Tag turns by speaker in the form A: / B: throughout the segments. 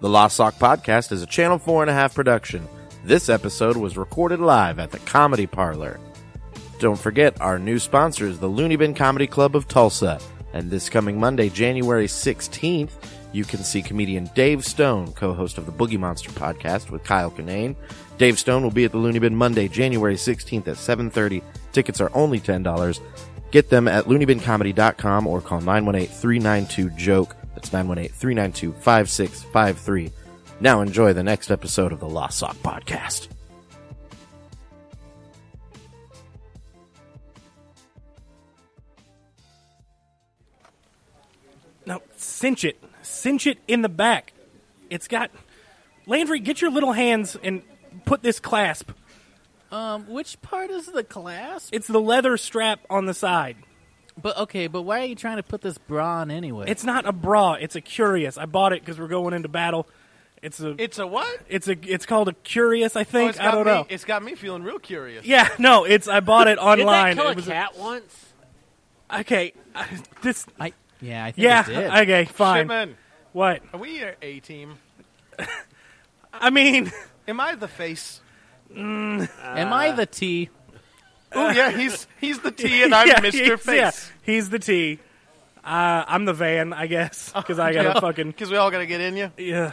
A: The Lost Sock Podcast is a Channel 4.5 production. This episode was recorded live at the Comedy Parlor. Don't forget, our new sponsor is the Looney Bin Comedy Club of Tulsa. And this coming Monday, January 16th, you can see comedian Dave Stone, co host of the Boogie Monster podcast with Kyle Kinane. Dave Stone will be at the Looney Bin Monday, January 16th at 7.30. Tickets are only $10. Get them at looneybincomedy.com or call 918-392-JOKE. E. That's 918-392-5653. Now enjoy the next episode of the Lost Sock Podcast.
B: Now cinch it, cinch it in the back. It's got Landry. Get your little hands and put this clasp.
C: Um, which part is the clasp?
B: It's the leather strap on the side.
C: But okay, but why are you trying to put this bra on anyway?
B: It's not a bra. It's a curious. I bought it because we're going into battle. It's a.
D: It's a what?
B: it's a. It's called a curious. I
D: Oh,
B: think.
D: it's
B: I
D: got
B: don't
D: me,
B: know.
D: It's got me feeling real curious.
B: yeah. No. It's. I bought it
E: Did
B: online.
E: that kill
B: It
E: a
B: was-
E: cat once?
B: okay. I- this.
C: I yeah, I think
B: Yeah.
C: it did.
B: Okay. Fine.
D: Shipman,
B: What?
D: are we your A team?
B: I mean.
D: Am I the face?
C: Am I the T?
D: Oh yeah, he's he's the T and I'm
B: yeah,
D: Mr.
B: he's- yeah,
D: Face.
B: he's the T. Uh, I'm the van, I guess, because I gotta fucking
D: Because we all gotta get in you.
B: yeah.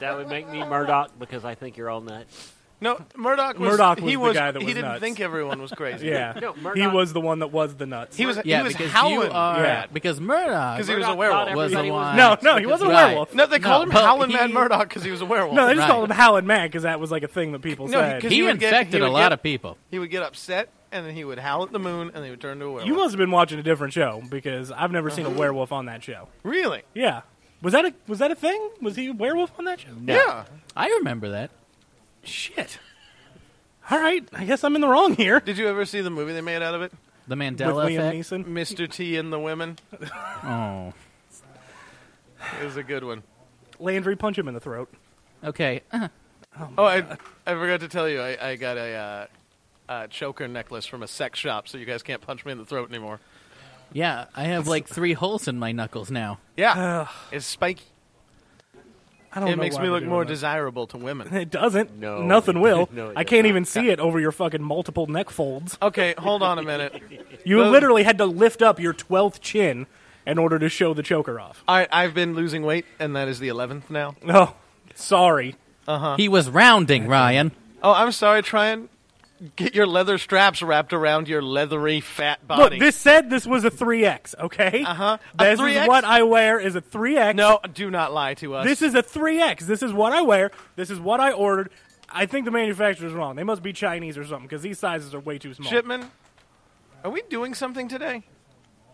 E: That would make me Murdoch because I think you're all nuts.
D: No, Murdoch. Was,
B: Murdoch was
D: he
B: the
D: was
B: guy that
D: he
B: was
D: didn't
B: nuts.
D: think everyone was crazy.
B: Yeah,
E: No,
B: he
E: Murdoch-
B: was the one that was the nuts.
D: he was
C: Yeah,
D: he was
C: because
D: howling.
C: you are
B: Yeah.
C: because Murdoch
D: 'Cause he was a
E: Murdoch
D: werewolf.
E: thought
C: was the
E: everybody was-
C: one.
B: no, no, he wasn't a
C: Right.
B: werewolf.
D: No, they called him
C: but
D: Howlin'
C: he-
D: Mad Murdoch because he was a werewolf.
B: No, they just
C: Right.
B: called him Hal and Matt because that was like a thing that people
D: No,
B: said.
D: 'cause
C: He,
D: He would get- he
C: infected a
D: would
C: lot
D: get-
C: of people.
D: He would get upset and then he would howl at the moon and he would turn to a werewolf.
B: you must have been watching a different show because I've never seen a
D: Uh-huh.
B: werewolf on that show.
D: really?
B: Yeah, was that a was that a thing? Was he a werewolf on that show?
D: Yeah.
C: I remember that.
B: Shit. All right, I guess I'm in the wrong here.
D: Did you ever see the movie they made out of it?
C: The
B: With
C: Mandela
B: Liam
C: effect.
B: Neeson.
D: Mr. T and the Women.
C: Oh.
D: It was a good one.
B: Landry, punch him in the throat.
C: Okay. Uh,
D: Oh, I, I forgot to tell you, I, I got a, uh, a choker necklace from a sex shop, so you guys can't punch me in the throat anymore.
C: yeah, I have like three holes in my knuckles now.
D: Yeah, it's spiky.
B: I don't
D: It
B: know
D: makes
B: why
D: me
B: we're
D: look
B: doing
D: more
B: that.
D: desirable to women.
B: It doesn't.
E: No.
B: Nothing will.
E: No, it
B: I can't
E: does
B: even see it over your fucking multiple neck folds.
D: Okay, hold on a minute.
B: You
D: Those-
B: literally had to lift up your 12th chin in order to show the choker off.
D: I, I've been losing weight, and that is the eleventh now.
B: Oh, sorry.
C: He was rounding, Ryan.
D: Oh, I'm sorry. Try and get your leather straps wrapped around your leathery fat body.
B: Look, this said this was a 3X, okay?
D: Uh-huh. A
B: This is
D: 3X?
B: what I wear is a 3X.
D: No, do not lie to us.
B: This is a 3X. This is what I wear. This is what I ordered. I think the manufacturer's wrong. They must be Chinese or something because these sizes are way too small.
D: Shipman. Are we doing something today?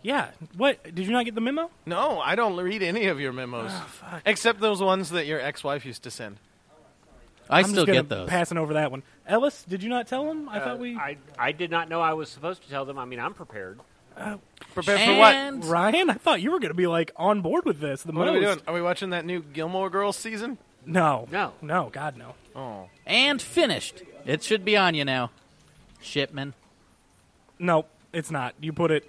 B: Yeah. What? Did you not get the memo?
D: No, I don't read any of your memos,
B: Oh,
D: except those ones that your ex-wife used to send.
C: I
B: I'm
C: still
B: just gonna
C: get those.
B: Passing over that one. Ellis, did you not tell him? I thought we.
E: I, I did not know I was supposed to tell them. I mean, I'm prepared.
D: Prepare for what?
C: and
B: Ryan, I thought you were going to be like on board with this. The
D: What
B: most.
D: are we doing? Are we watching that new Gilmore Girls season?
B: No,
E: No.
B: no, God, no.
C: and finished. It should be on you now, Shipman.
B: No, it's not. You put it.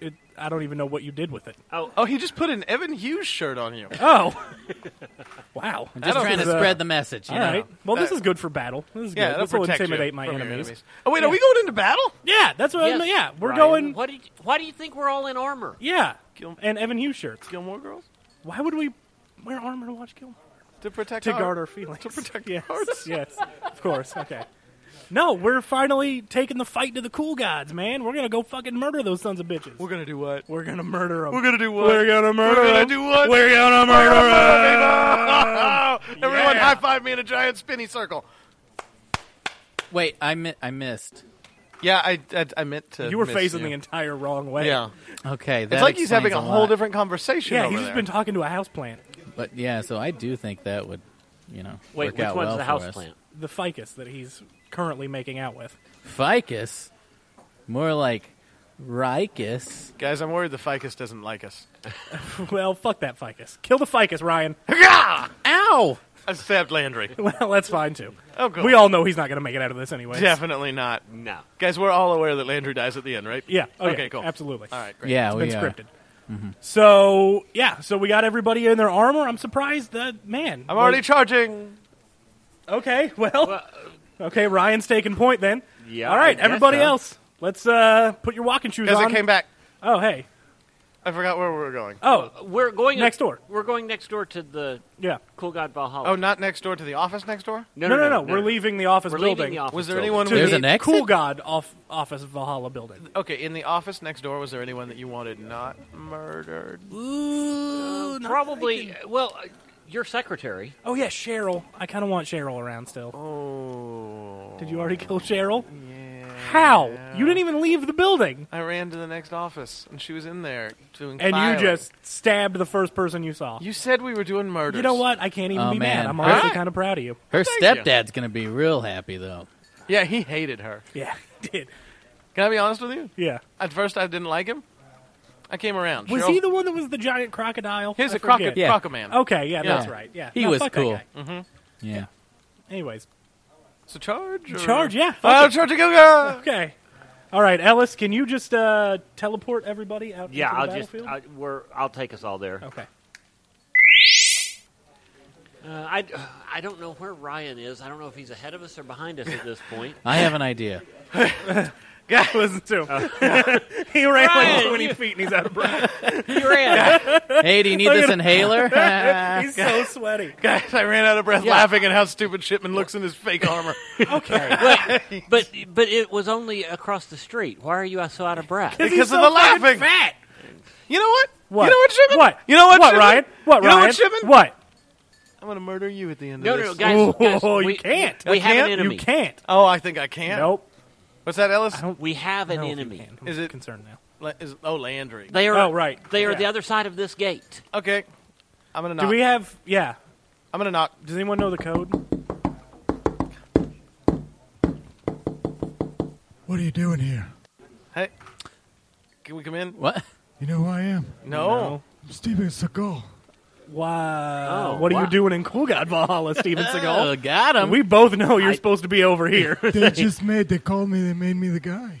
B: it I don't even know what you did with it.
D: Oh, he just put an Evan Hughes shirt on you.
B: Oh, wow.
C: I'm just trying to spread the message. You
B: All
C: know?
B: right. Well, this
D: That-
B: is good for battle. This is
D: Yeah,
B: good.
D: that'll
B: This will
D: protect you
B: intimidate my
D: from your
B: enemies.
D: Oh wait, are we going into battle?
B: Yeah, that's what. I
E: Yes,
B: meant. Yeah, we're
E: Ryan.
B: going.
E: What did, why do you think we're all in armor?
B: Yeah,
D: Gil-
B: and Evan Hughes shirts.
D: Gilmore Girls
B: Why would we wear armor to watch Gilmore?
D: to protect
B: To
D: our-
B: guard our feelings.
D: to protect
B: yes,
D: our hearts.
B: yes, of course. Okay. No, we're finally taking the fight to the cool gods, man. We're gonna go fucking murder those sons of bitches.
D: We're gonna do what?
B: We're gonna murder them.
D: We're gonna do what?
B: We're gonna murder
D: We're gonna
B: 'em.
D: do what?
B: We're gonna murder 'em.
D: Everyone,
B: Yeah.
D: high five me in a giant spinny circle.
C: Wait, I mi- I missed.
D: Yeah, I I, I meant to.
B: You were
D: miss
B: facing
D: you.
B: the entire wrong way.
D: Yeah,
C: Okay, that
D: it's like he's
C: explains
D: having a,
C: a
D: whole
C: lot.
D: different conversation.
B: Yeah,
D: over
B: he's just
D: there.
B: been talking to a houseplant.
C: But yeah, so I do think that would, you know,
E: Wait,
C: work
E: which
C: out
E: one's
C: well
E: the
C: for us.
E: house plant?
B: The ficus that he's currently making out with.
C: Ficus, more like ricus.
D: Guys, I'm worried the ficus doesn't like us.
B: Well, fuck that ficus. Kill the ficus, Ryan.
C: Ow!
D: I stabbed Landry.
B: well, that's fine too.
D: Oh, good.
B: We all know he's not going to make it out of this anyway.
D: Definitely not.
E: No.
D: Guys, we're all aware that Landry dies at the end, right?
B: Yeah. oh,
D: okay,
B: yeah,
D: cool.
B: Absolutely.
D: All right, great.
C: Yeah,
B: It's
C: we
B: been
C: are.
B: scripted.
D: Mm-hmm.
B: So yeah, so we got everybody in their armor. I'm surprised that man.
D: I'm already charging.
B: okay. Well, okay. Ryan's taking point then.
E: Yeah,
B: All
E: I
B: right,
E: guess
B: everybody
E: so.
B: else. Let's uh, put your walking shoes
D: Because
B: on.
D: I came back.
B: Oh hey.
D: I forgot where we were going.
B: Oh
E: We're going
B: Next door.
E: We're going next door to the
B: yeah.
E: Cool God Valhalla.
D: Oh, not next door to the office next door?
B: No no no. We're leaving the office
E: We're
B: building.
E: leaving the office.
D: Was there
E: building.
D: anyone
B: To
D: we
C: There's
D: need-
B: the
C: an exit?
B: Cool God off office of Valhalla building.
D: Okay, in the office next door, was there anyone that you wanted not murdered?
C: Ooh, not
E: Probably.
C: liking-
E: Well, uh, your secretary.
B: Oh yeah, Cheryl. I kind of want Cheryl around still.
D: Oh.
B: Did you already kill Cheryl? How? You didn't even leave the building,
D: I ran to the next office, and she was in there doing
B: and
D: filing.
B: you just stabbed the first person you saw.
D: You said we were doing murders.
B: You know what? I can't even
C: Oh,
B: be mad.
C: man.
B: I'm honestly
D: Huh?
B: kind of proud of you.
C: Her
D: Thank you.
C: stepdad's gonna be real happy though.
D: Yeah, he hated her.
B: Yeah, I did.
D: Can I be honest with you?
B: Yeah.
D: At first, I didn't like him. I came around.
B: Was
D: Cheryl-
B: he the one that was the giant crocodile?
D: He's
B: I
D: a croc-
B: forget.
C: Yeah.
D: crocoman.
B: Okay, yeah, that's
D: Yeah.
B: right. Yeah,
C: He
B: No,
C: was
B: fuck that
C: cool.
B: guy.
C: Yeah.
B: Anyways,
D: So charge? Or...
B: charge. Yeah, fuck
D: I'll
B: it.
D: charge a go
B: okay. All right, Ellis, can you just uh, teleport everybody out?
E: Yeah,
B: into the
E: I'll just.
B: battlefield?
E: I, we're. I'll take us all there.
B: okay.
E: Uh, I. I don't know where Ryan is. I don't know if he's ahead of us or behind us at this point.
C: I have an idea.
B: Guy, listen to him.
D: Oh.
B: he ran like
E: Ryan,
B: 20
E: you-
B: feet and he's out of breath.
E: You ran.
C: Hey, do you need this inhaler?
B: he's so sweaty.
D: Guys, I ran out of breath
E: Yeah.
D: laughing at how stupid Shipman looks in his fake armor.
B: Okay.
E: but but it was only across the street. Why are you so out of breath?
B: He's
D: because
B: so
D: of the
B: fucking
D: laughing.
B: Fat.
D: You know what?
B: What?
D: You know what, Shipman?
B: What?
D: You know what,
B: What,
D: Shipman?
B: Ryan? What,
D: You know
B: Ryan?
D: what, Shipman?
B: What?
D: I'm going to murder you at the end
E: No,
D: of
E: no,
D: this.
E: no, guys. guys,
B: Oh, you
E: we,
B: can't. I
E: We have
D: can't?
E: an
D: You
E: enemy.
B: You can't.
D: Oh, I think I can.
B: Nope.
D: What's that, Ellis?
E: We have an
B: No, you
E: enemy.
B: can't. I'm
D: Is it-
B: concerned now?
D: La- is, oh, Landry.
E: They are.
B: Oh, right.
E: They are
B: Yeah.
E: the other side of this gate.
D: Okay. I'm going to
B: Do
D: knock.
B: we have? Yeah.
D: I'm going to knock.
B: Does anyone know the code?
F: What are you doing here?
D: Hey. Can we come in?
C: what?
F: You know who I am?
D: No.
F: Steven Seagal.
B: Wow.
E: Oh,
B: what are
E: wow.
B: you doing in Cool God Valhalla, Steven
C: Oh,
B: Seagal?
C: got him.
B: we both know you're supposed to be over here.
F: They just made, they called me, they made me the guy.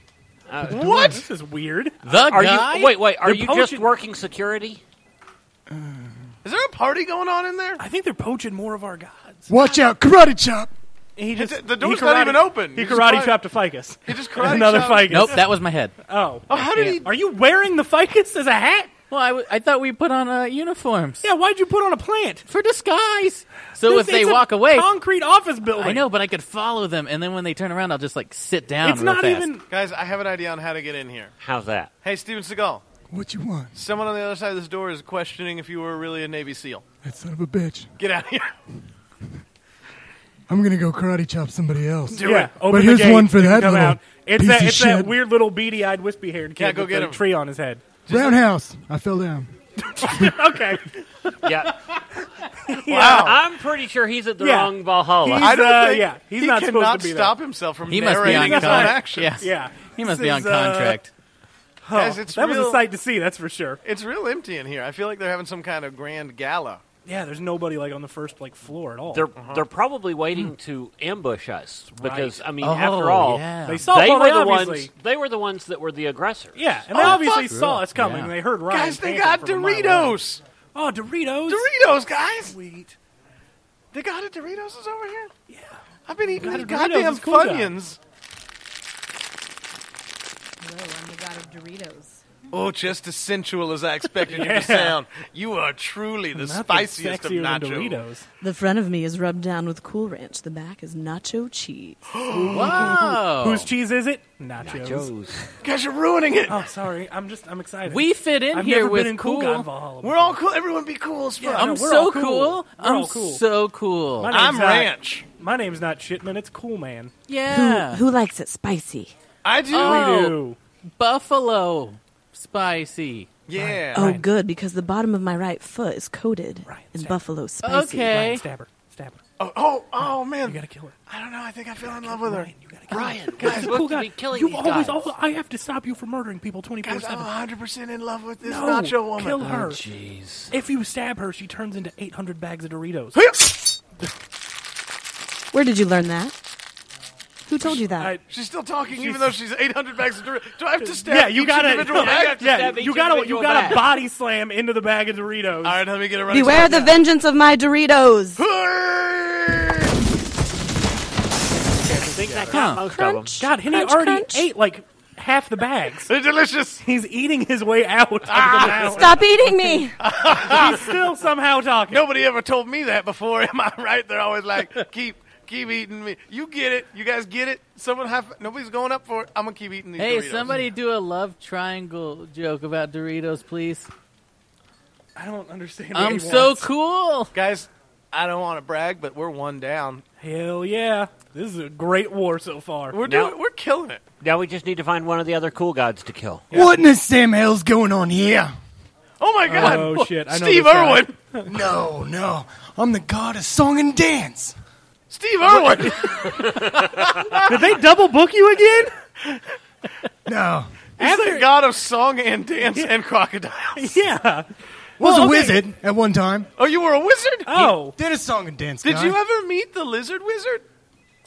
B: what? This is weird.
C: the
E: Are
C: guy.
E: you? Wait, wait. Are
B: They're
E: you just
B: poaching-
E: working security?
D: Is there a party going on in there?
B: I think they're poaching more of our gods.
F: Watch out, karate chop!
B: He just
D: The
B: he
D: door's not
B: karate-
D: even open.
B: He
D: You just
B: karate
D: karate-
B: chopped a ficus.
D: He just karate
B: Another
D: chopped-
B: ficus.
C: Nope, that was my head.
B: Oh.
D: Oh, how did he?
B: Are you wearing the ficus as a hat?
C: Well, I, w- I thought we put on uh, uniforms
B: Yeah. Why'd you put on a plant?
C: for disguise. So
B: This-
C: if they
B: it's a
C: walk away,
B: concrete office building.
C: I know, but I could follow them, and then when they turn around, I'll just like sit down.
B: It's
C: real
B: not
C: fast.
B: even.
D: Guys, I have an idea on how to get in here.
E: How's that?
D: Hey, Steven Seagal.
F: What you want?
D: Someone on the other side of this door is questioning if you were really a Navy SEAL.
F: That son of a bitch.
D: Get out of here.
F: I'm gonna go karate chop somebody else.
B: yeah, open
F: But
B: the
F: here's
B: gate,
F: one for
B: you can
F: that
B: come
F: little
B: out. It's
F: piece
B: that
F: of
B: it's that
F: shit.
B: weird little beady-eyed, wispy-haired kid
D: Yeah, go
B: with
D: get
B: the
D: him.
B: tree on his head.
F: Roundhouse! I fell down.
B: Okay,
E: Yeah.
B: yeah.
E: I'm pretty sure he's at the
B: Oh. Yeah.
E: wrong Valhalla.
B: He's,
D: I don't
B: uh,
D: think
B: yeah, he's
D: he
B: not supposed to
D: cannot
B: be there.
D: stop himself from
C: He must be
D: narrating
C: on
D: his own
C: contract.
D: actions.
C: Yes.
B: yeah.
C: He must
B: This
C: be on
B: is, uh,
C: contract.
B: huh,
D: Guys, it's
B: Oh, that was
D: real-
B: a sight to see, that's for sure.
D: It's real empty in here. I feel like they're having some kind of grand gala.
B: Yeah, there's nobody like on the first like floor at all.
E: They're they're probably waiting to ambush us because I mean,
C: Oh,
E: after all,
C: yeah.
B: they saw
E: they
B: well,
E: were the
B: obviously,
E: ones they were the ones that were the aggressors.
B: Yeah, and they
D: Oh,
B: obviously
D: fuck.
B: saw us coming.
C: Yeah.
B: and They heard Ryan.
D: Guys, they
B: panting
D: got
B: from a mile away.
D: Doritos.
B: Oh, Doritos.
D: Doritos, guys.
B: Sweet.
D: They got it. Doritos is over here. Yeah. I've been eating
B: Got
D: these
B: it, Doritos
D: goddamn
B: is cool, guys.
D: Funyuns.
G: Hello, I'm the god of Doritos.
D: Oh, just as sensual as I expected you to sound. You are truly the
B: Nothing
D: spiciest of
B: sexier than
D: nachos.
B: Doritos.
H: The front of me is rubbed down with Cool Ranch. The back is nacho cheese.
D: Oh.
C: Whoa.
B: Whose cheese is it? Nachos.
D: Guys, you're ruining it.
B: Oh, sorry. I'm just. I'm excited.
C: we fit in
B: I've
C: here
B: never
C: with
B: been in
C: cool.
B: God Valhalla.
D: We're all cool. Everyone be cool as fuck.
B: Yeah,
C: I'm
B: no, we're
C: so
B: all cool. We're
C: I'm
B: all cool.
C: so cool.
B: My name's
D: I'm
B: not-
D: ranch.
B: My name's not Shitman. It's Cool Man.
C: yeah.
H: Who likes it spicy?
D: I do.
C: Oh.
B: We do.
C: Buffalo spicy.
D: yeah.
H: Oh, good, because the bottom of my right foot is coated in buffalo spicy.
C: Okay.
B: Ryan, stab her. Stab her.
D: Oh, oh, oh,
B: You
D: man.
B: gotta kill her.
D: I don't know. I think I fell in love with her.
B: Ryan, you gotta kill her.
E: Brian, guys,
B: It's a
E: look
B: cool
E: to
B: guy.
E: be killing
B: you
E: these
B: always,
E: guys.
B: always. I have to stop you from murdering people twenty four
D: Guys, I'm
B: seven.
D: 100% in love with this
B: No,
D: nacho
B: kill
D: woman.
B: her.
C: Jeez.
B: if you stab her, she turns into eight hundred bags of Doritos.
H: Where did you learn that? Who told you that?
B: I,
D: She's still talking, even though she's 800 bags of Doritos. Do I have to stab
B: yeah, you
D: each
B: gotta,
D: individual
B: yeah,
D: bag?
B: yeah,
E: stab each
B: you gotta, you
E: individual
B: gotta
E: bag.
B: body slam into the bag of Doritos.
D: All right, let me get a run.
H: Beware the vengeance of my Doritos.
E: I think that got
C: Huh.
E: most of them.
B: God, Henny
H: crunch,
B: already
H: crunch.
B: ate like half the bags.
D: They're delicious.
B: He's eating his way out of the mountain.
H: Stop eating me.
B: He's still somehow talking.
D: Nobody ever told me that before. Am I right? They're always like, keep, keep eating me. You get it. You guys get it. Someone have. Nobody's going up for it. I'm gonna keep eating these.
C: Hey,
D: Doritos.
C: somebody do a love triangle joke about Doritos, please.
B: I don't understand. what
C: I'm
B: he
C: so
B: wants.
C: cool.
D: Guys, I don't want to brag, but we're one down.
B: hell yeah. This is a great war so far.
D: We're
E: Now-
D: doing. we're killing it.
E: Now we just need to find one of the other cool gods to kill.
F: What in the Sam hell's going on here?
D: Oh my God.
B: Oh, shit. I know
D: Steve
B: this guy.
D: Irwin.
F: No, no. I'm the god of song and dance.
D: Steve Irwin.
B: Did they double book you again?
F: No.
D: He's the god of song and dance and crocodiles.
B: Yeah.
F: Was
B: Well,
F: a
B: okay.
F: wizard at one time.
D: Oh, you were a wizard?
B: Oh.
F: Did a song and dance.
D: Did
F: guy.
D: you ever meet the lizard wizard?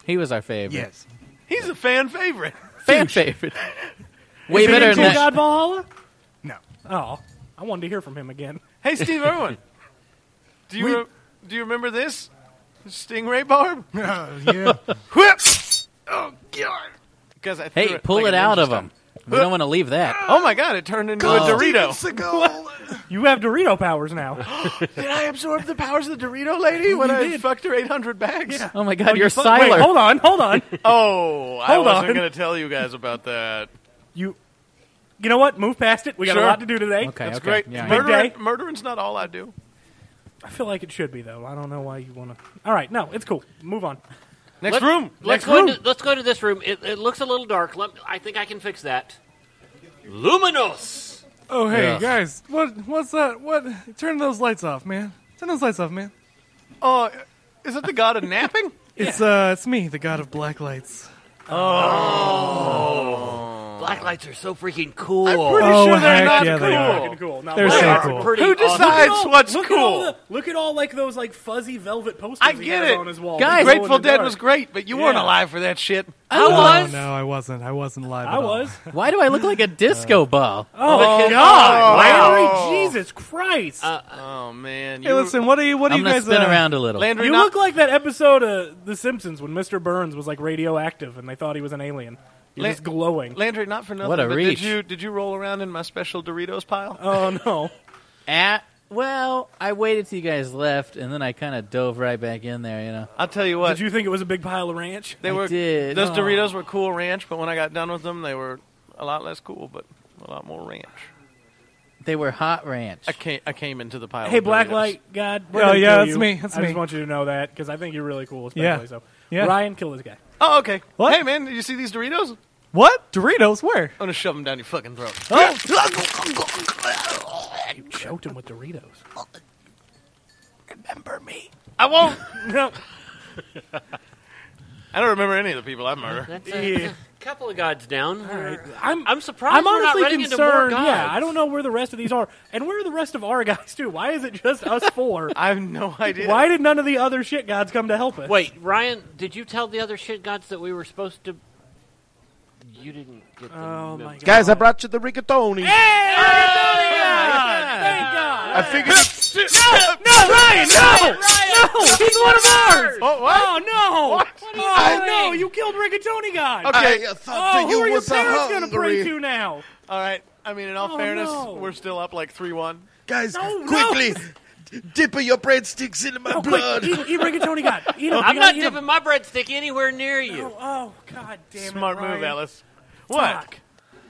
C: He was our favorite.
F: Yes.
D: He's a fan favorite.
C: Fan favorite. Way
B: Is it
C: better
B: Cool
C: than that.
B: God Valhalla?
F: No.
B: Oh. I wanted to hear from him again.
D: Hey, Steve Irwin. Do you
F: We-
D: re- do you remember this? Stingray barb?
F: Oh, yeah.
D: Whip! Oh god. Because I threw
C: Hey,
D: it
C: pull
D: like
C: it
D: a
C: out
D: ninja
C: of him.
D: style.
C: We don't want to leave that.
D: Oh my god, it turned into a Dorito.
B: You have Dorito powers now.
D: Did I absorb the powers of the Dorito lady when I fucked her 800 bags?
C: Oh my god, you're
B: Fu- Wait,
C: Siler.
B: hold on, hold on.
D: Oh, I
B: Hold
D: wasn't
B: on.
D: going to tell you guys about that.
B: You You know what? Move past it. We got
D: Sure.
B: a lot to do today.
C: Okay,
D: That's
C: okay.
D: great.
C: Yeah, yeah.
B: Big
D: Murdering,
B: day.
D: murdering's not all I do.
B: I feel like it should be though. I don't know why you want to. All right, no, it's cool. Move on.
D: Next room. Next
E: Let's go,
D: room.
E: into, let's go to this room. It, it looks a little dark. Let, I think I can fix that. Luminos!
I: Oh hey
C: Ugh.
I: guys, what what's that? What? Turn those lights off, man. Turn those lights off, man.
D: Oh, is it the god of napping?
I: It's uh, it's me, the god of black lights.
E: Black lights are so freaking cool.
D: Pretty
I: Oh,
D: sure Oh. they're
I: heck
D: not
I: yeah, they are.
D: cool.
B: Fucking cool. Now,
I: They're
B: look
E: They
I: so
B: at-
E: are
I: cool.
E: pretty
D: Who
E: awesome.
B: look at
D: decides
B: all-
D: what's
B: look At all
D: cool?
B: the, look at all like those like fuzzy velvet posters.
D: I
B: he
D: get
B: has
D: it.
B: on his wall.
C: Guys,
B: They glow in
D: Grateful
B: the
D: Dead
B: dark.
D: was great, but you weren't
B: Yeah.
D: alive for that shit.
C: I
I: Oh
C: was.
I: no, I wasn't. I wasn't live.
B: I
I: at all.
B: was.
C: Why do I look like a disco ball?
B: Oh,
D: God. Wow.
B: Larry, Jesus Christ!
D: Oh man,
I: Hey, listen. What are you? What are
C: I'm
I: you
C: gonna
I: guys?
C: spin
I: uh,
C: around a little.
D: Landry,
B: you
D: not-
B: look like that episode of The Simpsons when Mr. Burns was like radioactive and they thought he was an alien. You're
D: La-
B: just glowing.
D: Landry, not for nothing.
C: What a
D: but
C: reach.
D: Did you did you roll around in my special Doritos pile?
B: oh no!
C: At, well, I waited till you guys left, and then I kind of dove right back in there. You know.
D: I'll tell you what.
B: Did you think it was a big pile of ranch?
D: they
C: I
D: were
C: did.
D: those
C: Oh.
D: Doritos were cool ranch, but when I got done with them, they were a lot less cool, but a lot more ranch.
C: They were hot ranch.
D: I came I came into the pile.
B: Hey,
D: of Doritos.
B: Blacklight God. We're
I: Oh,
B: gonna
I: yeah,
B: kill
I: that's
B: you.
I: me, that's
B: I
I: me.
B: just want you to know that because I think you're really cool, especially
I: Yeah.
B: so.
I: Yeah.
B: Ryan, kill this guy.
D: Oh, okay.
I: What?
D: Hey, man, did you see these Doritos? I'm
I: What? Doritos? Where?
D: gonna shove them down your fucking throat.
B: Oh. You choked him with Doritos.
D: I won't.
B: No.
D: I don't remember any of the people I murdered.
E: That's a, couple of gods down. We're-
B: I'm
E: I'm surprised
B: I'm
E: we're not
B: honestly
E: running into more
B: concerned. Yeah,
E: gods.
B: I don't know where the rest of these are, and where are the rest of our guys too? Why is it just us four?
D: I have no idea.
B: Why did none of the other shit gods come to help us?
E: Wait, Ryan, did you tell the other shit gods that we were supposed to? You didn't get the
B: Oh
E: memo.
B: my god!
A: Guys, I brought you the rigatoni.
B: Thank God!
A: I figured.
B: No, Ryan, no! No, he's one of ours!
D: Oh, what?
B: Oh no! Oh
A: doing?
B: no! You killed Rigatoni God!
D: Okay.
A: I thought
B: Oh,
A: that
B: who
A: you
B: are your
A: was a
B: parents gonna pray
A: hungry.
B: to now?
D: All right. I mean, in all
B: Oh,
D: fairness,
B: no.
D: we're still up like three-one.
A: Guys,
B: No,
A: quickly, dip your breadsticks into my
B: Oh, quick,
A: blood.
B: eat, eat Rigatoni God! Eat him!
E: I'm
B: you
E: not
B: gotta eat him.
E: dipping my breadstick anywhere near you.
B: Oh, oh, god damn
D: Smart
B: it!
D: move,
B: Ryan.
D: Alice. What?
B: Fuck.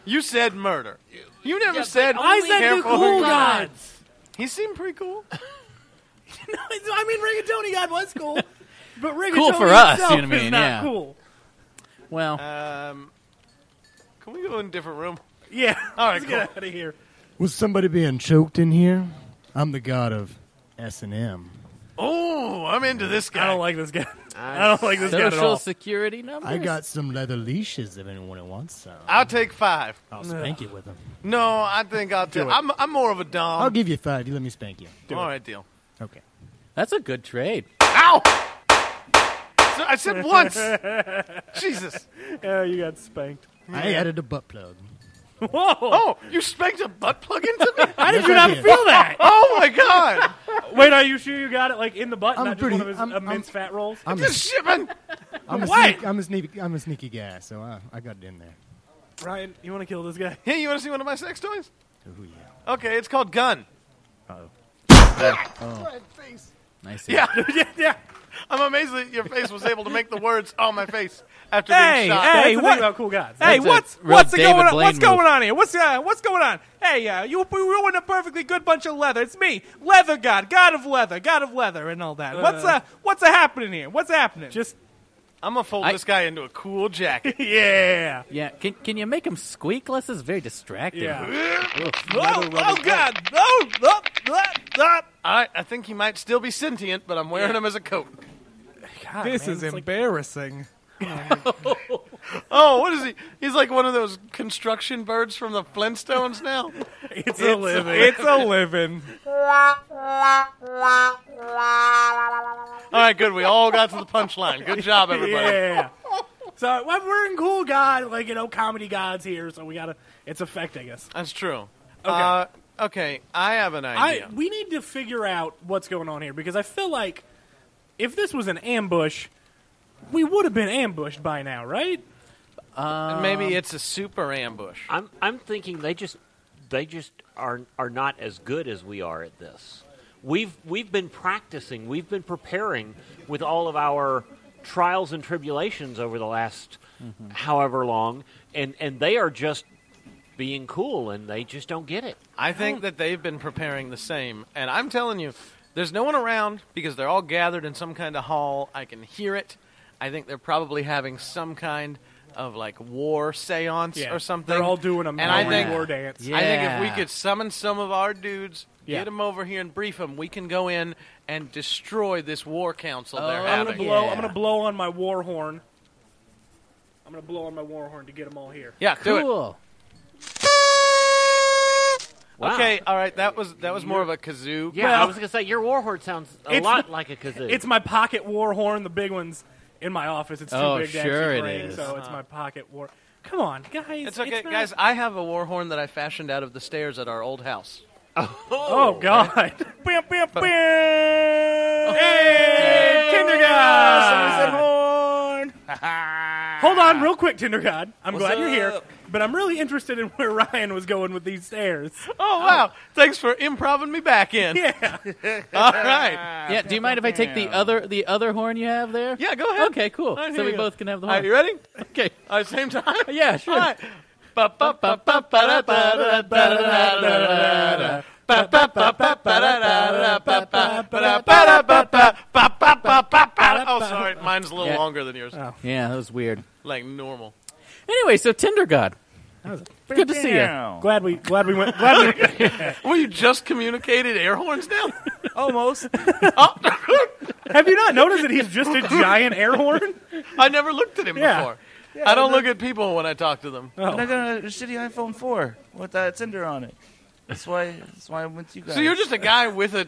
D: You said murder. You never said.
B: I said you
D: careful. Oh,
B: cool gods.
D: He seemed pretty cool.
B: no, it's- I mean Rigatoni God was cool, but Rigatoni
C: Cool for us,
B: itself
C: you know what I
B: is
C: mean,
B: not
C: yeah.
B: cool.
C: well,
D: Um, can we go in a different room?
B: Yeah.
D: All right,
B: Let's get
D: cool.
B: out of here.
F: Was somebody being choked in here? I'm the god of S and M.
D: Oh, I'm into this guy.
B: I don't like this guy. I don't like this guy at
C: social
B: all.
C: security numbers.
F: I got some leather leashes if anyone wants some.
D: I'll take five.
F: I'll spank you with them.
D: No, I think I'll take.
F: it.
D: I'm I'm more of a dom.
F: I'll give you five. You let me spank you.
D: All right, deal.
F: Okay.
C: That's a good trade.
D: Ow! It's So I said once. Jesus.
B: Oh, you got spanked.
F: I added a butt plug.
B: Whoa!
D: Oh, you spanked a butt plug into me?
B: How did
F: Yes,
B: you
F: I
B: not
F: did.
B: feel that?
D: Oh my god!
B: Wait, are you sure you got it like in the butt,
F: I'm
B: not
F: pretty-
B: just one of his
F: I'm- I'm-
B: immense fat rolls?
F: I'm a,
D: Just shipping.
F: I'm a,
B: What?
F: sneak, I'm, a sneaky, I'm a sneaky guy, so I, I got it in there.
B: Ryan, you want to kill this guy?
D: Hey, you want to see one of my sex toys?
F: Oh, yeah.
D: Okay, it's called Gun.
C: Nice.
D: Yeah,
B: yeah, yeah.
D: I'm amazed that your face was able to make the words on my face after
I: Hey,
D: being shot.
I: hey.
B: That's the
I: what-
B: thing about cool guys.
I: Hey,
C: That's a
I: what's
C: real
I: what's
C: David
I: going on?
C: Blaine
I: What's going
C: move.
I: on here? What's uh, what's going on? Hey, uh, you we ruined a perfectly good bunch of leather. It's me, Leather God, God of Leather, God of Leather, and all that. what's uh, what's uh, happening here? What's happening?
B: Just
D: I'm gonna fold
C: I-
D: this guy into a cool jacket.
B: yeah,
C: Yeah. Can Can you make him squeak less? It's very distracting.
B: yeah.
I: oh, oh God, oh, oh, oh, oh.
D: I, I think he might still be sentient, but I'm wearing him as a coat.
B: God,
I: this
B: man,
I: is
B: it's like-
I: embarrassing.
D: Oh, what is he? He's like one of those construction birds from the Flintstones now.
B: it's a living.
I: it's a living.
D: All right, good. We all got to the punchline. Good job, everybody.
B: Yeah. So well, we're in cool god, like you know, comedy gods here. So we gotta. It's effect, I guess.
D: That's true. Okay. Uh, okay, I have an
B: I
D: idea.
B: we need to figure out what's going on here because I feel like if this was an ambush, we would have been ambushed by now, right?
D: Maybe it's a super ambush.
E: I'm I'm thinking they just they just are are not as good as we are at this. We've we've been practicing, we've been preparing with all of our trials and tribulations over the last however long and and they are just being cool and they just don't get it.
D: I
B: Oh.
D: think that they've been preparing the same, and I'm telling you, there's no one around because they're all gathered in some kind of hall. I can hear it. I think they're probably having some kind of like war seance or something.
B: They're all doing a
D: and I
B: Maori
D: think,
B: war dance.
C: Yeah.
D: I think if we could summon some of our dudes, get 'em
B: Yeah.
D: get them over here and brief them, we can go in and destroy this war council
C: Oh,
D: they're
C: I'm
B: I'm
D: having.
B: gonna blow.
C: Yeah.
B: I'm gonna blow on my war horn. I'm gonna blow on my war horn to get them all here.
D: yeah, do it.
C: Cool.
E: Wow.
D: Okay, all right. That was that was more of a kazoo.
E: Yeah, I
B: Well-
E: was going to say your warhorn sounds a
B: It's-
E: lot like a kazoo.
B: It's my pocket war horn, the big ones in my office. It's too
C: Oh,
B: big to
C: sure
B: actually
C: it
B: bring,
C: is.
B: so it's my pocket war. Come on, guys.
D: It's okay,
B: not-
D: guys. I have a war horn that I fashioned out of the stairs at our old house.
B: Oh God.
I: Bam, bam, bam. Hey,
B: Tinder
I: said
B: God.
I: horn.
B: Hold on, real quick, Tinder God. I'm glad you're here,
D: up?
B: but I'm really interested in where Ryan was going with these stairs.
D: Oh wow! Thanks for improving me back in.
B: Yeah.
D: All right.
C: Yeah. Do you mind if I take the other the other horn you have there?
D: Yeah, go ahead.
C: Okay. Cool.
D: All right,
C: so
D: here
C: we
D: you go.
C: both can have the
D: All right, you
C: horn.
D: ready?
C: Okay.
D: All right, same time.
C: Yeah. Sure.
D: All right. Ba- ba- ba- ba- ba- da- da- da- da- da- da- da- da. Ba- ba- ba- ba- ba- da- da- da- ba- ba- ba- da- ba- da- ba- ba- ba- ba- ba- ba- ba- Oh, sorry. Mine's a little
C: Yeah.
D: longer than yours.
C: Yeah. That was weird.
D: Like normal.
C: Anyway, so Tinder God. Good to see you.
B: Glad we glad we went. Glad we,
D: Well, you just communicated air horns now?
I: Almost.
B: have you not noticed that he's just a giant air horn?
D: I never looked at him
B: Yeah.
D: before. I don't look at people when I talk to them.
J: And I got a shitty iPhone 4 with uh, Tinder on it. That's why. That's why I went to you guys.
D: So you're just a guy with a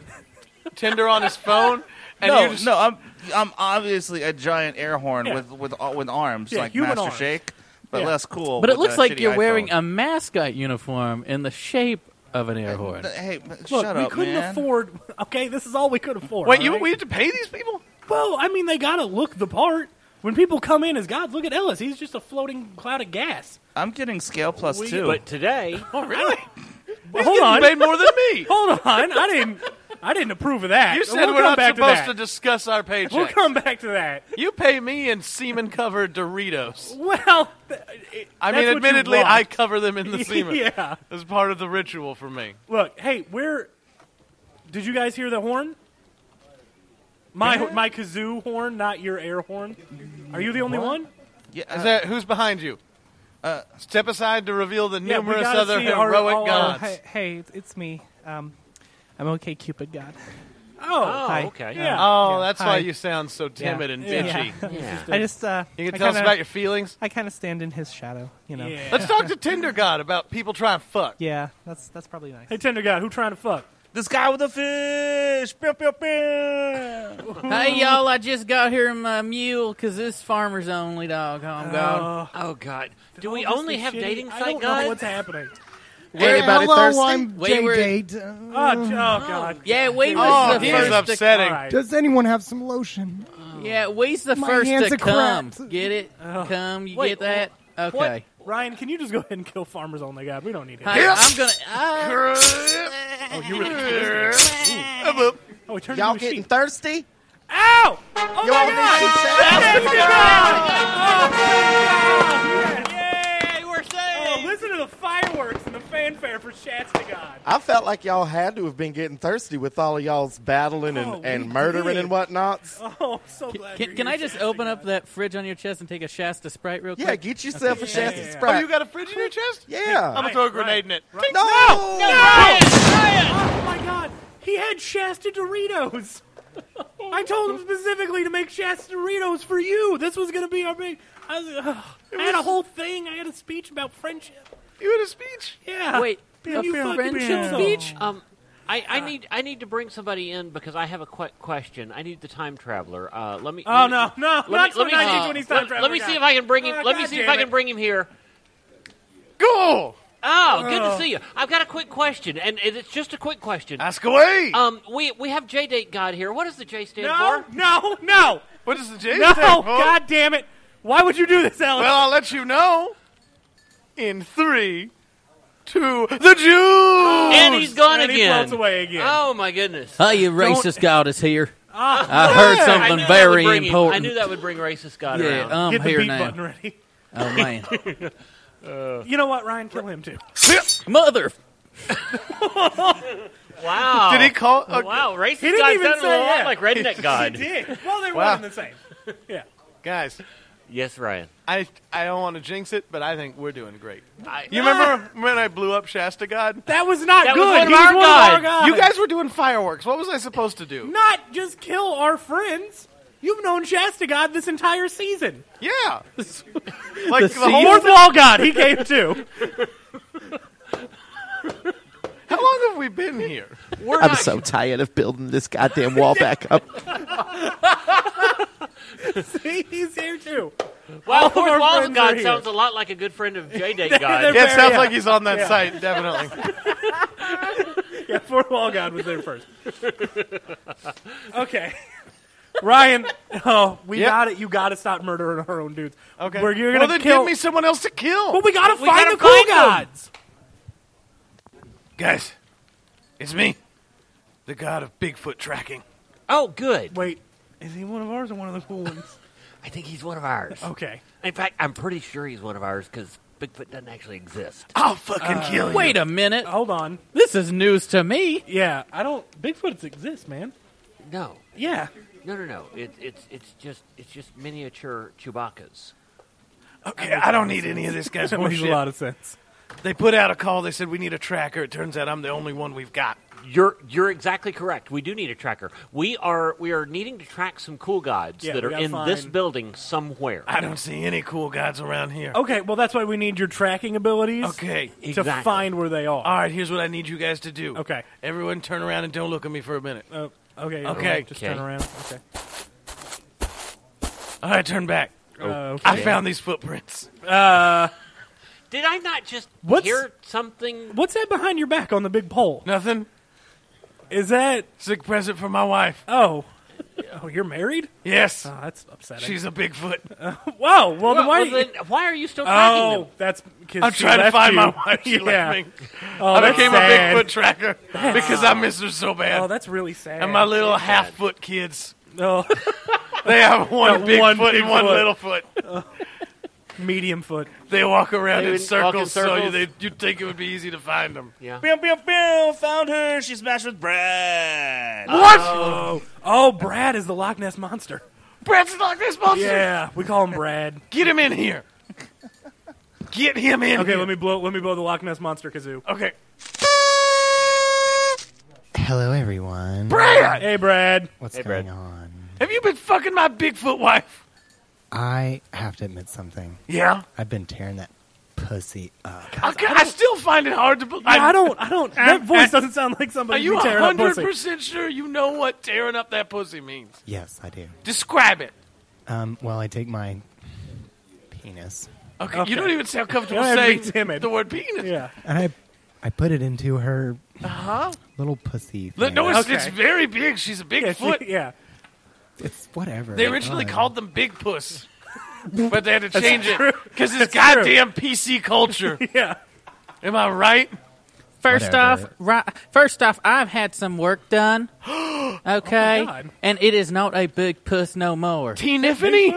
D: Tinder on his phone, and
J: no,
D: you're just
J: no. I'm I'm obviously a giant air horn
B: Yeah.
J: with with uh, with arms
B: Yeah,
J: like
B: human
J: Master
B: arms.
J: Shake, but
B: Yeah.
J: less cool.
C: But it
J: with
C: looks
J: a
C: like
J: shitty
C: you're wearing
J: iPhone.
C: a mascot uniform in the shape of an air horn.
J: Hey, m-
B: Look,
J: shut
B: we
J: up,
B: couldn't
J: man.
B: afford. Okay, this is all we could afford.
D: Wait, you,
B: alright?
D: we have to pay these people?
B: Well, I mean, they gotta look the part. When people come in as gods, look at Ellis. He's just a floating cloud of gas.
J: I'm getting scale plus
E: We-
J: two.
E: But today,
D: Oh, really?
B: But hold on,
D: You paid more than me.
B: hold on. I didn't. I didn't approve of that.
D: You said
B: we'll
D: we're
B: come
D: not
B: back
D: supposed
B: to,
D: to
B: that.
D: discuss our paychecks.
B: We'll come back to that.
D: You pay me in semen covered Doritos.
B: Well, th- it-
D: I
B: that's
D: mean,
B: what you
D: admittedly,
B: want.
D: I cover them in the semen.
B: yeah.
D: As part of the ritual for me.
B: Look, hey, we're. Did you guys hear the horn? My my kazoo horn, not your air horn. Are you the only one?
J: yeah, uh,
D: Is that who's behind you? Uh, Step aside to reveal the
B: Yeah, we
D: numerous
B: gotta
D: other
B: see our-
D: heroic
B: all our-
D: gods.
I: Oh, hey, hey, it's- it's me. Um, I'm okay, Cupid God.
B: Oh,
I: Hi.
E: oh, okay.
B: yeah.
D: oh,
I: Yeah,
D: that's
I: hi.
D: why you sound so timid and bitchy.
E: Yeah.
I: I just uh,
D: You can
I: I
D: tell us
I: kinda,
D: about your feelings.
I: I kind of stand in his shadow, you know.
B: Yeah.
D: Let's talk to Tinder God about people trying to fuck.
I: Yeah, that's that's probably nice.
B: Hey, Tinder God, who trying to fuck?
J: This guy with the fish. Pew, pew, pew.
C: Hey y'all! I just got here in my mule because this farmer's only dog. Oh, I'm gone.
E: Oh God! Do we
B: This
E: only
B: is
E: have
B: shitty.
E: dating
B: I
E: site
B: don't know
E: guides?
B: what's happening.
A: Anybody
F: hello,
A: thirsty?
F: Oh, I'm
C: Wait, we're-
F: J-Date. Uh,
B: Oh, j- oh, God.
C: Yeah, we
A: Oh,
C: was the
A: he
C: first
A: is
C: to
A: upsetting.
I: Oh.
B: All right.
F: does anyone have some lotion?
C: Yeah, we's the
F: My
C: first
F: hands
C: to
F: are
C: come.
F: cramped.
C: Get it? Come, you
E: Wait,
C: get that? Okay.
B: Ryan, can you just go ahead and kill Farmer's Only God? We don't need him.
C: I, I'm gonna. uh, I,
B: Oh, you really killed him. Ooh. Oh, he turned
K: Y'all
B: into a
K: getting
B: sheep.
K: thirsty?
B: Ow! Oh,
K: Y'all think she's
I: Yay, we're
B: oh,
I: saved.
B: listen to the fireworks and the fanfare for Shats to God.
K: I felt like y'all had to have been getting thirsty with all of y'all's battling and,
B: Oh, we
K: and murdering
B: did.
K: and whatnot.
B: Oh, I'm so glad.
C: can,
B: you're
C: can
B: here,
C: I just
B: Shasta
C: open
B: God.
C: up that fridge on your chest and take a Shasta Sprite real
K: Yeah,
C: quick?
K: get yourself a Shasta
B: Yeah.
K: Sprite.
D: Oh, you got a fridge in your chest?
K: yeah.
D: I'm gonna throw a grenade in it.
B: Right.
K: no!
B: Oh my God! He had Shasta Doritos. I told him specifically to make Shasta Doritos for you. This was gonna be our big. I, was, ugh. I had a whole thing. I had a speech about friendship.
D: You had a speech.
B: Yeah.
C: Wait,
B: Man,
C: a
B: you fucking
C: friendship
B: asshole.
C: speech?
E: Um, I, I need I need to bring somebody in because I have a quick question. I need the time traveler. Uh, let me.
B: Oh
E: let me-
B: no, no,
E: Let
B: not
E: me, let me,
B: uh, when he's time
E: let, let me see if I can bring him.
B: Ah,
E: let me
B: God
E: see if
B: damn
E: I can
B: it.
E: bring him here.
D: Go.
E: Oh, good to see you. I've got a quick question, and and it's just a quick question.
D: Ask away.
E: Um, we we have J Date God here. What does the J stand
B: No,
E: for?
B: no, no,
D: what does the J
B: no!
D: stand for?
B: God damn it! Why would you do this, Alex?
D: Well, I'll let you know. In three, two, the Jews.
E: And he's gone
B: and he
E: again.
B: floats away again.
E: Oh my goodness.
C: Oh, you racist god is here. I heard
E: I knew
C: something
E: that
C: very
E: would bring him-
C: important.
E: I knew that would bring racist God
C: yeah, uh,
E: around.
C: I'm
B: Get the
C: here
B: beat
C: now.
B: button ready.
C: Oh man,
B: You know what, Ryan? Kill him too.
C: mother!
E: wow.
D: Did he call? Okay.
E: Wow, racist
B: didn't
E: God
B: even
E: sounded a
B: say
E: lot
B: that.
E: like redneck God.
B: Did. Well, they
D: Wow.
B: weren't in the same. Yeah.
D: Guys,
E: Yes, Ryan.
D: I I don't want to jinx it, but I think we're doing great.
E: I,
D: You remember when I blew up Shasta God?
B: That was not
E: That was
B: good.
E: one of
B: He was
E: our
B: one of our
E: guys.
B: guys.
D: You guys were doing fireworks. What was I supposed to do?
B: not just kill our friends. You've known Shasta God this entire season.
D: Yeah. like the, whole.
B: Fourth wall God, he came too.
D: How long have we been here?
E: We're
K: I'm
B: Oh
E: not-
K: so tired of building this goddamn wall back up.
B: He's here too. of
E: Wow,
B: our
E: Fourth Wall
B: friends are
E: God
B: here.
E: sounds a lot like a good friend of J Date God.
D: Yeah, it sounds
B: yeah.
D: like he's on that site, definitely.
B: Yeah, fourth wall God was there first. Okay. Ryan, oh, we
D: Yep.
B: got it. You got to stop murdering our own dudes.
D: Okay.
B: We're, you're
D: well,
B: gonna
D: then
B: kill.
D: give me someone else to kill.
B: but we got to
E: We
B: find
E: gotta
B: the cool
E: find 'em.
B: gods.
D: Guys, it's me, the god of Bigfoot tracking.
E: oh, good.
B: Wait, is he one of ours or one of the cool ones?
E: I think he's one of ours.
B: Okay.
E: In fact, I'm pretty sure he's one of ours because Bigfoot doesn't actually exist.
D: I'll fucking kill you.
C: Wait a minute.
B: Hold on.
C: This is news to me.
B: Yeah, I don't. Bigfoots exist, man.
E: No,
B: Yeah.
E: no, no, no. It, it's it's just it's just miniature Chewbacca's.
D: Okay, I don't need any of this guy's
B: That makes a
D: bullshit.
B: lot of sense.
D: They put out a call. They said we need a tracker. It turns out I'm the only one we've got.
E: You're you're exactly correct. We do need a tracker. We are we are needing to track some cool gods
B: Yeah,
E: that
B: we
E: are
B: gotta
E: in this
B: find-
E: building somewhere.
D: I don't see any cool gods around here.
B: Okay, well, that's why we need your tracking abilities.
D: Okay. Uh,
B: To
E: Exactly.
B: find where they are.
D: All right, here's what I need you guys to do.
B: Okay.
D: Everyone turn around and don't look at me for a minute.
B: Uh, okay.
D: Okay.
B: Just
E: Okay.
B: turn around. Okay.
D: All right, turn back.
B: Uh, okay.
D: I found these footprints.
E: Did I not just
B: What's-
E: hear something?
B: What's that behind your back on the big pole?
D: Nothing.
B: Is that?
D: It's a present for my wife.
B: Oh. Oh, you're married?
D: Yes.
B: Oh, that's upsetting.
D: She's a Bigfoot.
B: Whoa. Well, then why?
E: Well, then why are you still tracking them?
B: oh, that's because
D: I'm trying to find my wife. She
B: yeah.
D: left me.
B: Oh,
D: I
B: that's
D: became
B: sad.
D: a Bigfoot tracker because I miss her so bad.
B: Oh, that's really sad.
D: and my little
E: That's sad.
D: half foot kids.
B: oh,
D: They have one
B: Got
D: big
B: one
D: foot and
B: big
D: one
B: foot.
D: little foot.
B: medium foot.
D: They walk around in,
E: They would walk
D: circles,
E: in
D: so you,
E: circles.
D: they, you'd think it would be easy to find them.
E: Yeah.
J: Pew, pew, pew. Found her. She's smashed with bread.
D: What?
B: Oh, Brad is the Loch Ness monster.
D: Brad's like this monster.
B: Yeah, we call him Brad.
D: Get him in here. Get him in.
B: Okay,
D: here.
B: let me blow. Let me blow the Loch Ness monster kazoo.
D: Okay,
F: Hello, everyone.
D: Brad.
B: Hey, Brad.
F: What's going on?
D: Have you been fucking my Bigfoot wife?
F: I have to admit something.
D: Yeah.
F: I've been tearing that pussy up.
D: I, ca- I still find it hard to believe.
B: Yeah, I don't- I don't- that voice doesn't sound like somebody
D: Are
B: who'd be
D: you
B: tearing up pussy.
D: percent sure you know what tearing up that pussy means?
F: Yes, I do.
D: Describe it.
F: Um, well, I take my penis
D: Okay, you don't even sound comfortable
B: You don't have to
D: saying
B: be timid.
D: the word penis. Yeah.
F: and I, I put it into her
D: Uh-huh.
F: little pussy.
D: Look,
F: thing.
D: no, it's, it's very big. She's a big
B: Yeah, she-
D: foot.
B: yeah.
F: It's whatever.
D: They originally
F: Uh,
D: called them Big Puss, but they had to
B: That's
D: change
B: true.
D: it because it's
B: That's true.
D: goddamn PC culture.
B: yeah.
D: Am I right?
C: First
D: Whatever.
C: off, ri- first off, I've had some work done.
B: Oh,
C: Okay,
D: God.
C: and it is not a big puss no more.
D: Teeniffany?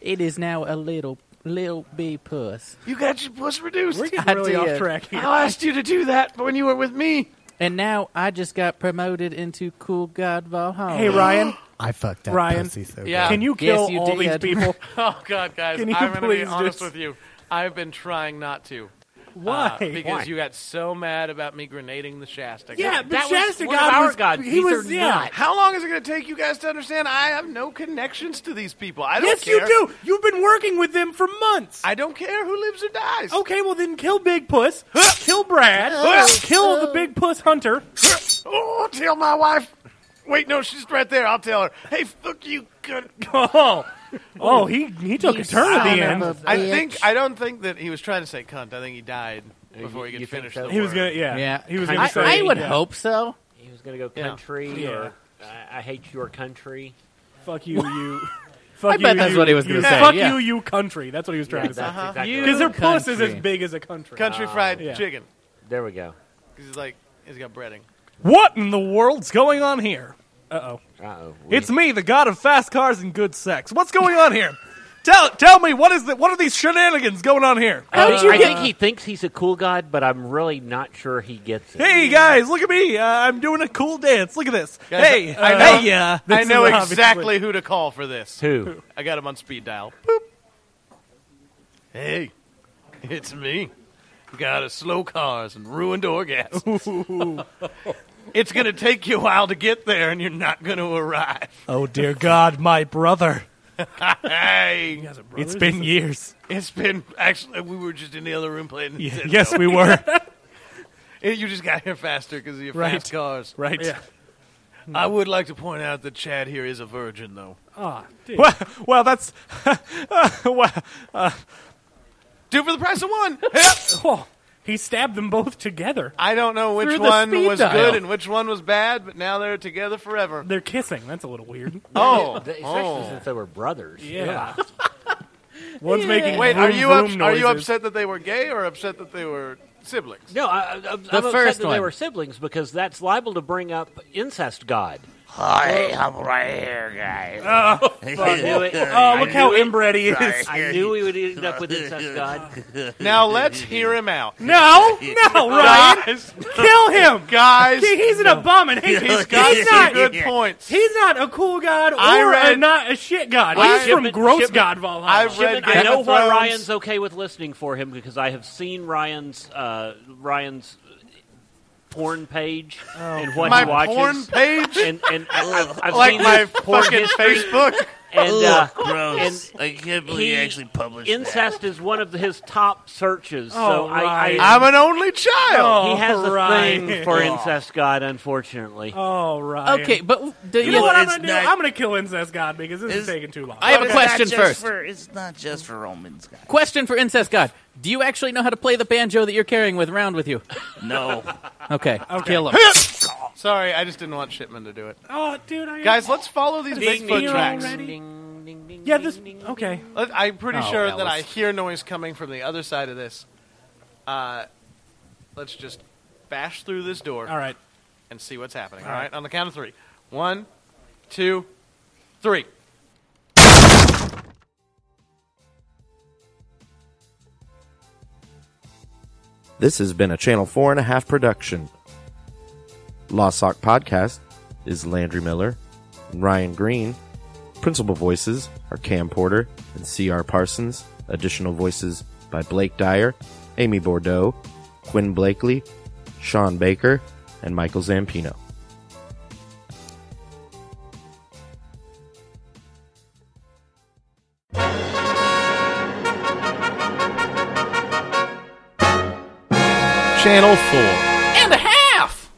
C: It is now a little little bee puss.
D: You got your puss reduced. We're
C: getting I really off did. track here.
D: I asked you to do that when you were with me.
C: And now I just got promoted into Cool God Valhalla.
B: Hey, Ryan.
F: I fucked up
B: Ryan.
F: pussy so
D: Yeah.
B: Can you kill
C: Yes, you
B: all
C: did.
B: these people?
D: Oh God, guys,
B: Can you
D: I'm going to be
B: please
D: honest
B: just-
D: with you. I've been trying not to.
B: Why?
D: Uh, because
B: Why?
D: you got so mad about me grenading the Shasta.
B: Yeah, but
D: that
B: Shasta
D: was one
B: God
D: of our
B: was-
D: gods.
B: he
D: These
B: was-
D: are
B: yeah.
D: not. How long is it going to take you guys to understand? I have no connections to these people. I don't
B: yes, you
D: care.
B: do. You've been working with them for months.
D: I don't care who lives or dies.
B: Okay, well then kill Big Puss, kill Brad,
C: Oh,
B: kill the Big Puss Hunter.
D: Oh, tell my wife. Wait, no, she's right there. I'll tell her. Hey, fuck you, cunt.
B: Oh, oh, he he took a turn at the end.
D: I think I don't think that he was trying to say cunt. I think he died before he could finish the
B: He was
D: word.
B: gonna, yeah,
C: Yeah.
B: He was
C: I-
B: gonna say.
C: I would
B: yeah.
C: hope so.
E: He was going to go
D: Yeah.
E: country
B: Yeah.
E: or I, I hate your country.
B: Fuck you, you. Fuck
C: I
B: you,
C: bet that's
B: you-
C: what he was gonna
B: you-
C: say,
B: Fuck
C: yeah.
B: you, you country. That's what he was trying
E: Yeah,
B: to say.
E: that's exactly
C: You
E: right.
B: Because their puss is as
C: country.
B: big as a country.
D: Country fried
B: Oh, Yeah.
D: chicken.
E: There we go.
D: Because he's like, he's got breading.
I: What in the world's going on here? Uh oh.
E: Uh oh.
I: It's me, the god of fast cars and good sex. What's going on here? tell tell me what is the, what are these shenanigans going on here?
E: Uh, I, I think he thinks he's a cool god, but I'm really not sure he gets it.
I: Hey guys, look at me! Uh, I'm doing a cool dance. Look at this.
D: Guys,
I: hey,
D: I know,
I: hey, uh,
D: I
I: this
D: know
I: is obviously-
D: exactly who to call for this.
E: Who?
D: I got him on speed dial. Boop. Hey, it's me. Got a slow cars and ruined orgasms. it's gonna take you a while to get there, and you're not gonna arrive.
I: Oh dear God, my brother!
D: hey,
I: It's been years.
D: It's been actually we were just in the other room playing.
I: Y-
D: Nintendo.
I: yes, we were.
D: And you just got here faster because of your
I: Right.
D: fast cars.
I: Right. Yeah.
D: I would like to point out that Chad here is a virgin, though.
B: Ah, dude.
I: Well, well that's well, uh,
D: Two for the price of one.
B: Oh, he stabbed them both together.
D: I don't know which
B: Through the
D: one
B: speed
D: was
B: dial.
D: good and which one was bad, but now they're together forever.
B: They're kissing. That's a little weird.
D: Oh,
E: especially
D: oh.
E: since they were brothers.
B: Yeah. One's
C: Yeah.
B: making
D: Wait, are
B: vroom,
D: you up,
B: vroom
D: are you
B: noises.
D: upset that they were gay or upset that they were siblings?
E: No, I, I, I'm I'm upset
C: first
E: that they
C: one.
E: were siblings because that's liable to bring up incest god.
J: Hi, I'm right here, guys.
E: I knew it.
B: Oh,
E: I
B: look
E: knew
B: how
E: it.
B: inbred he is.
E: I knew we would end up with incest god.
D: Now let's hear him out.
B: No, no, Ryan,
D: Guys,
B: kill him.
D: guys,
B: He- He's an abomination.
D: he's
B: He's,
D: got some
B: not.
D: good points.
B: He's not a cool god or
D: I read-
B: a not a shit god.
D: I-
B: He's from
E: Shipman-
B: gross
E: Shipman-
B: god Valhalla.
D: I've read
E: Shipman,
D: Game
E: I know
D: of
E: why
D: Thrones.
E: Ryan's okay with listening for him because I have seen Ryan's uh, Ryan's porn page and what
D: Oh, my
E: he watches.
D: porn page,
E: and and I, I've, I've
D: like
E: seen
D: my
E: his porn
D: fucking
E: history,
D: Facebook.
E: and uh,
J: Gross.
E: and
J: I can't believe
E: he-
J: you actually published that.
E: incest is one of his top searches.
B: Oh,
E: so I,
B: Ryan.
E: I,
D: I'm an only child.
E: he has a
B: Ryan.
E: thing for incest god, unfortunately.
B: All right.
C: Okay, but w- do you,
B: You know what I'm
J: it's
B: gonna do?
J: not-
B: I'm gonna kill incest god because this is
J: It's-
B: taking too long.
C: I have a
J: It's
C: question
J: not just
C: first.
J: For, it's not just for Romans, guys.
C: Question for incest god: Do you actually know how to play the banjo that you're carrying with round with
B: Uh,
C: you?
J: No.
C: Okay, kill him.
D: Sorry, I just didn't want Shipman to do it.
B: oh, dude, I
D: Guys, let's follow these
B: Ding,
D: Bigfoot
B: ding,
D: tracks.
B: already. uh, Yeah, this. Okay.
D: Let- I'm pretty
C: Oh,
D: sure that
C: Alice.
D: I hear noise coming from the other side of this. Uh, let's just bash through this door
B: All right.
D: and see what's happening. All right, on the count of three. One, two, three.
A: This has been a Channel 4.5 production. Lost Sock Podcast is Landry Miller and Ryan Green. Principal voices are Cam Porter and C.R. Parsons. Additional voices by Blake Dyer, Amy Bordeaux, Quinn Blakely, Sean Baker, and Michael Zampino.
D: Channel 4. And a half!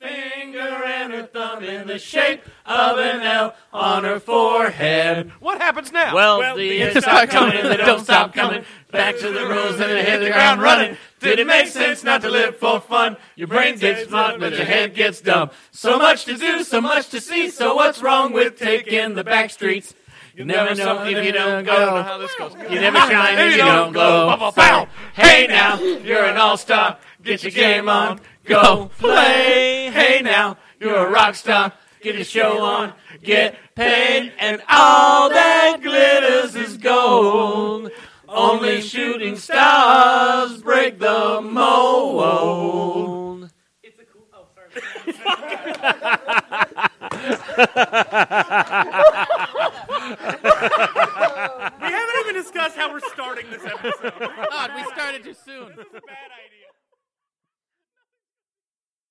L: Finger and her thumb in the
D: shape of an L on her forehead. What happens now?
C: Well, the years stop coming, they don't stop coming. Back to the rules and they hit the ground running. Did it make sense not to live for fun? Your brain gets smart, but your head gets dumb. So much to do, so much to see. So what's wrong with taking the back streets? You never know if you don't go. You never shine if you don't glow. So, hey now, you're an all-star. Get your game on. Go play. Hey now, you're a rock star. Get your show on. Get paid. And all that glitters is gold. Only shooting stars break the mold.
L: we haven't even discussed how we're starting this episode.
B: God, we started too soon.
L: This is a bad idea.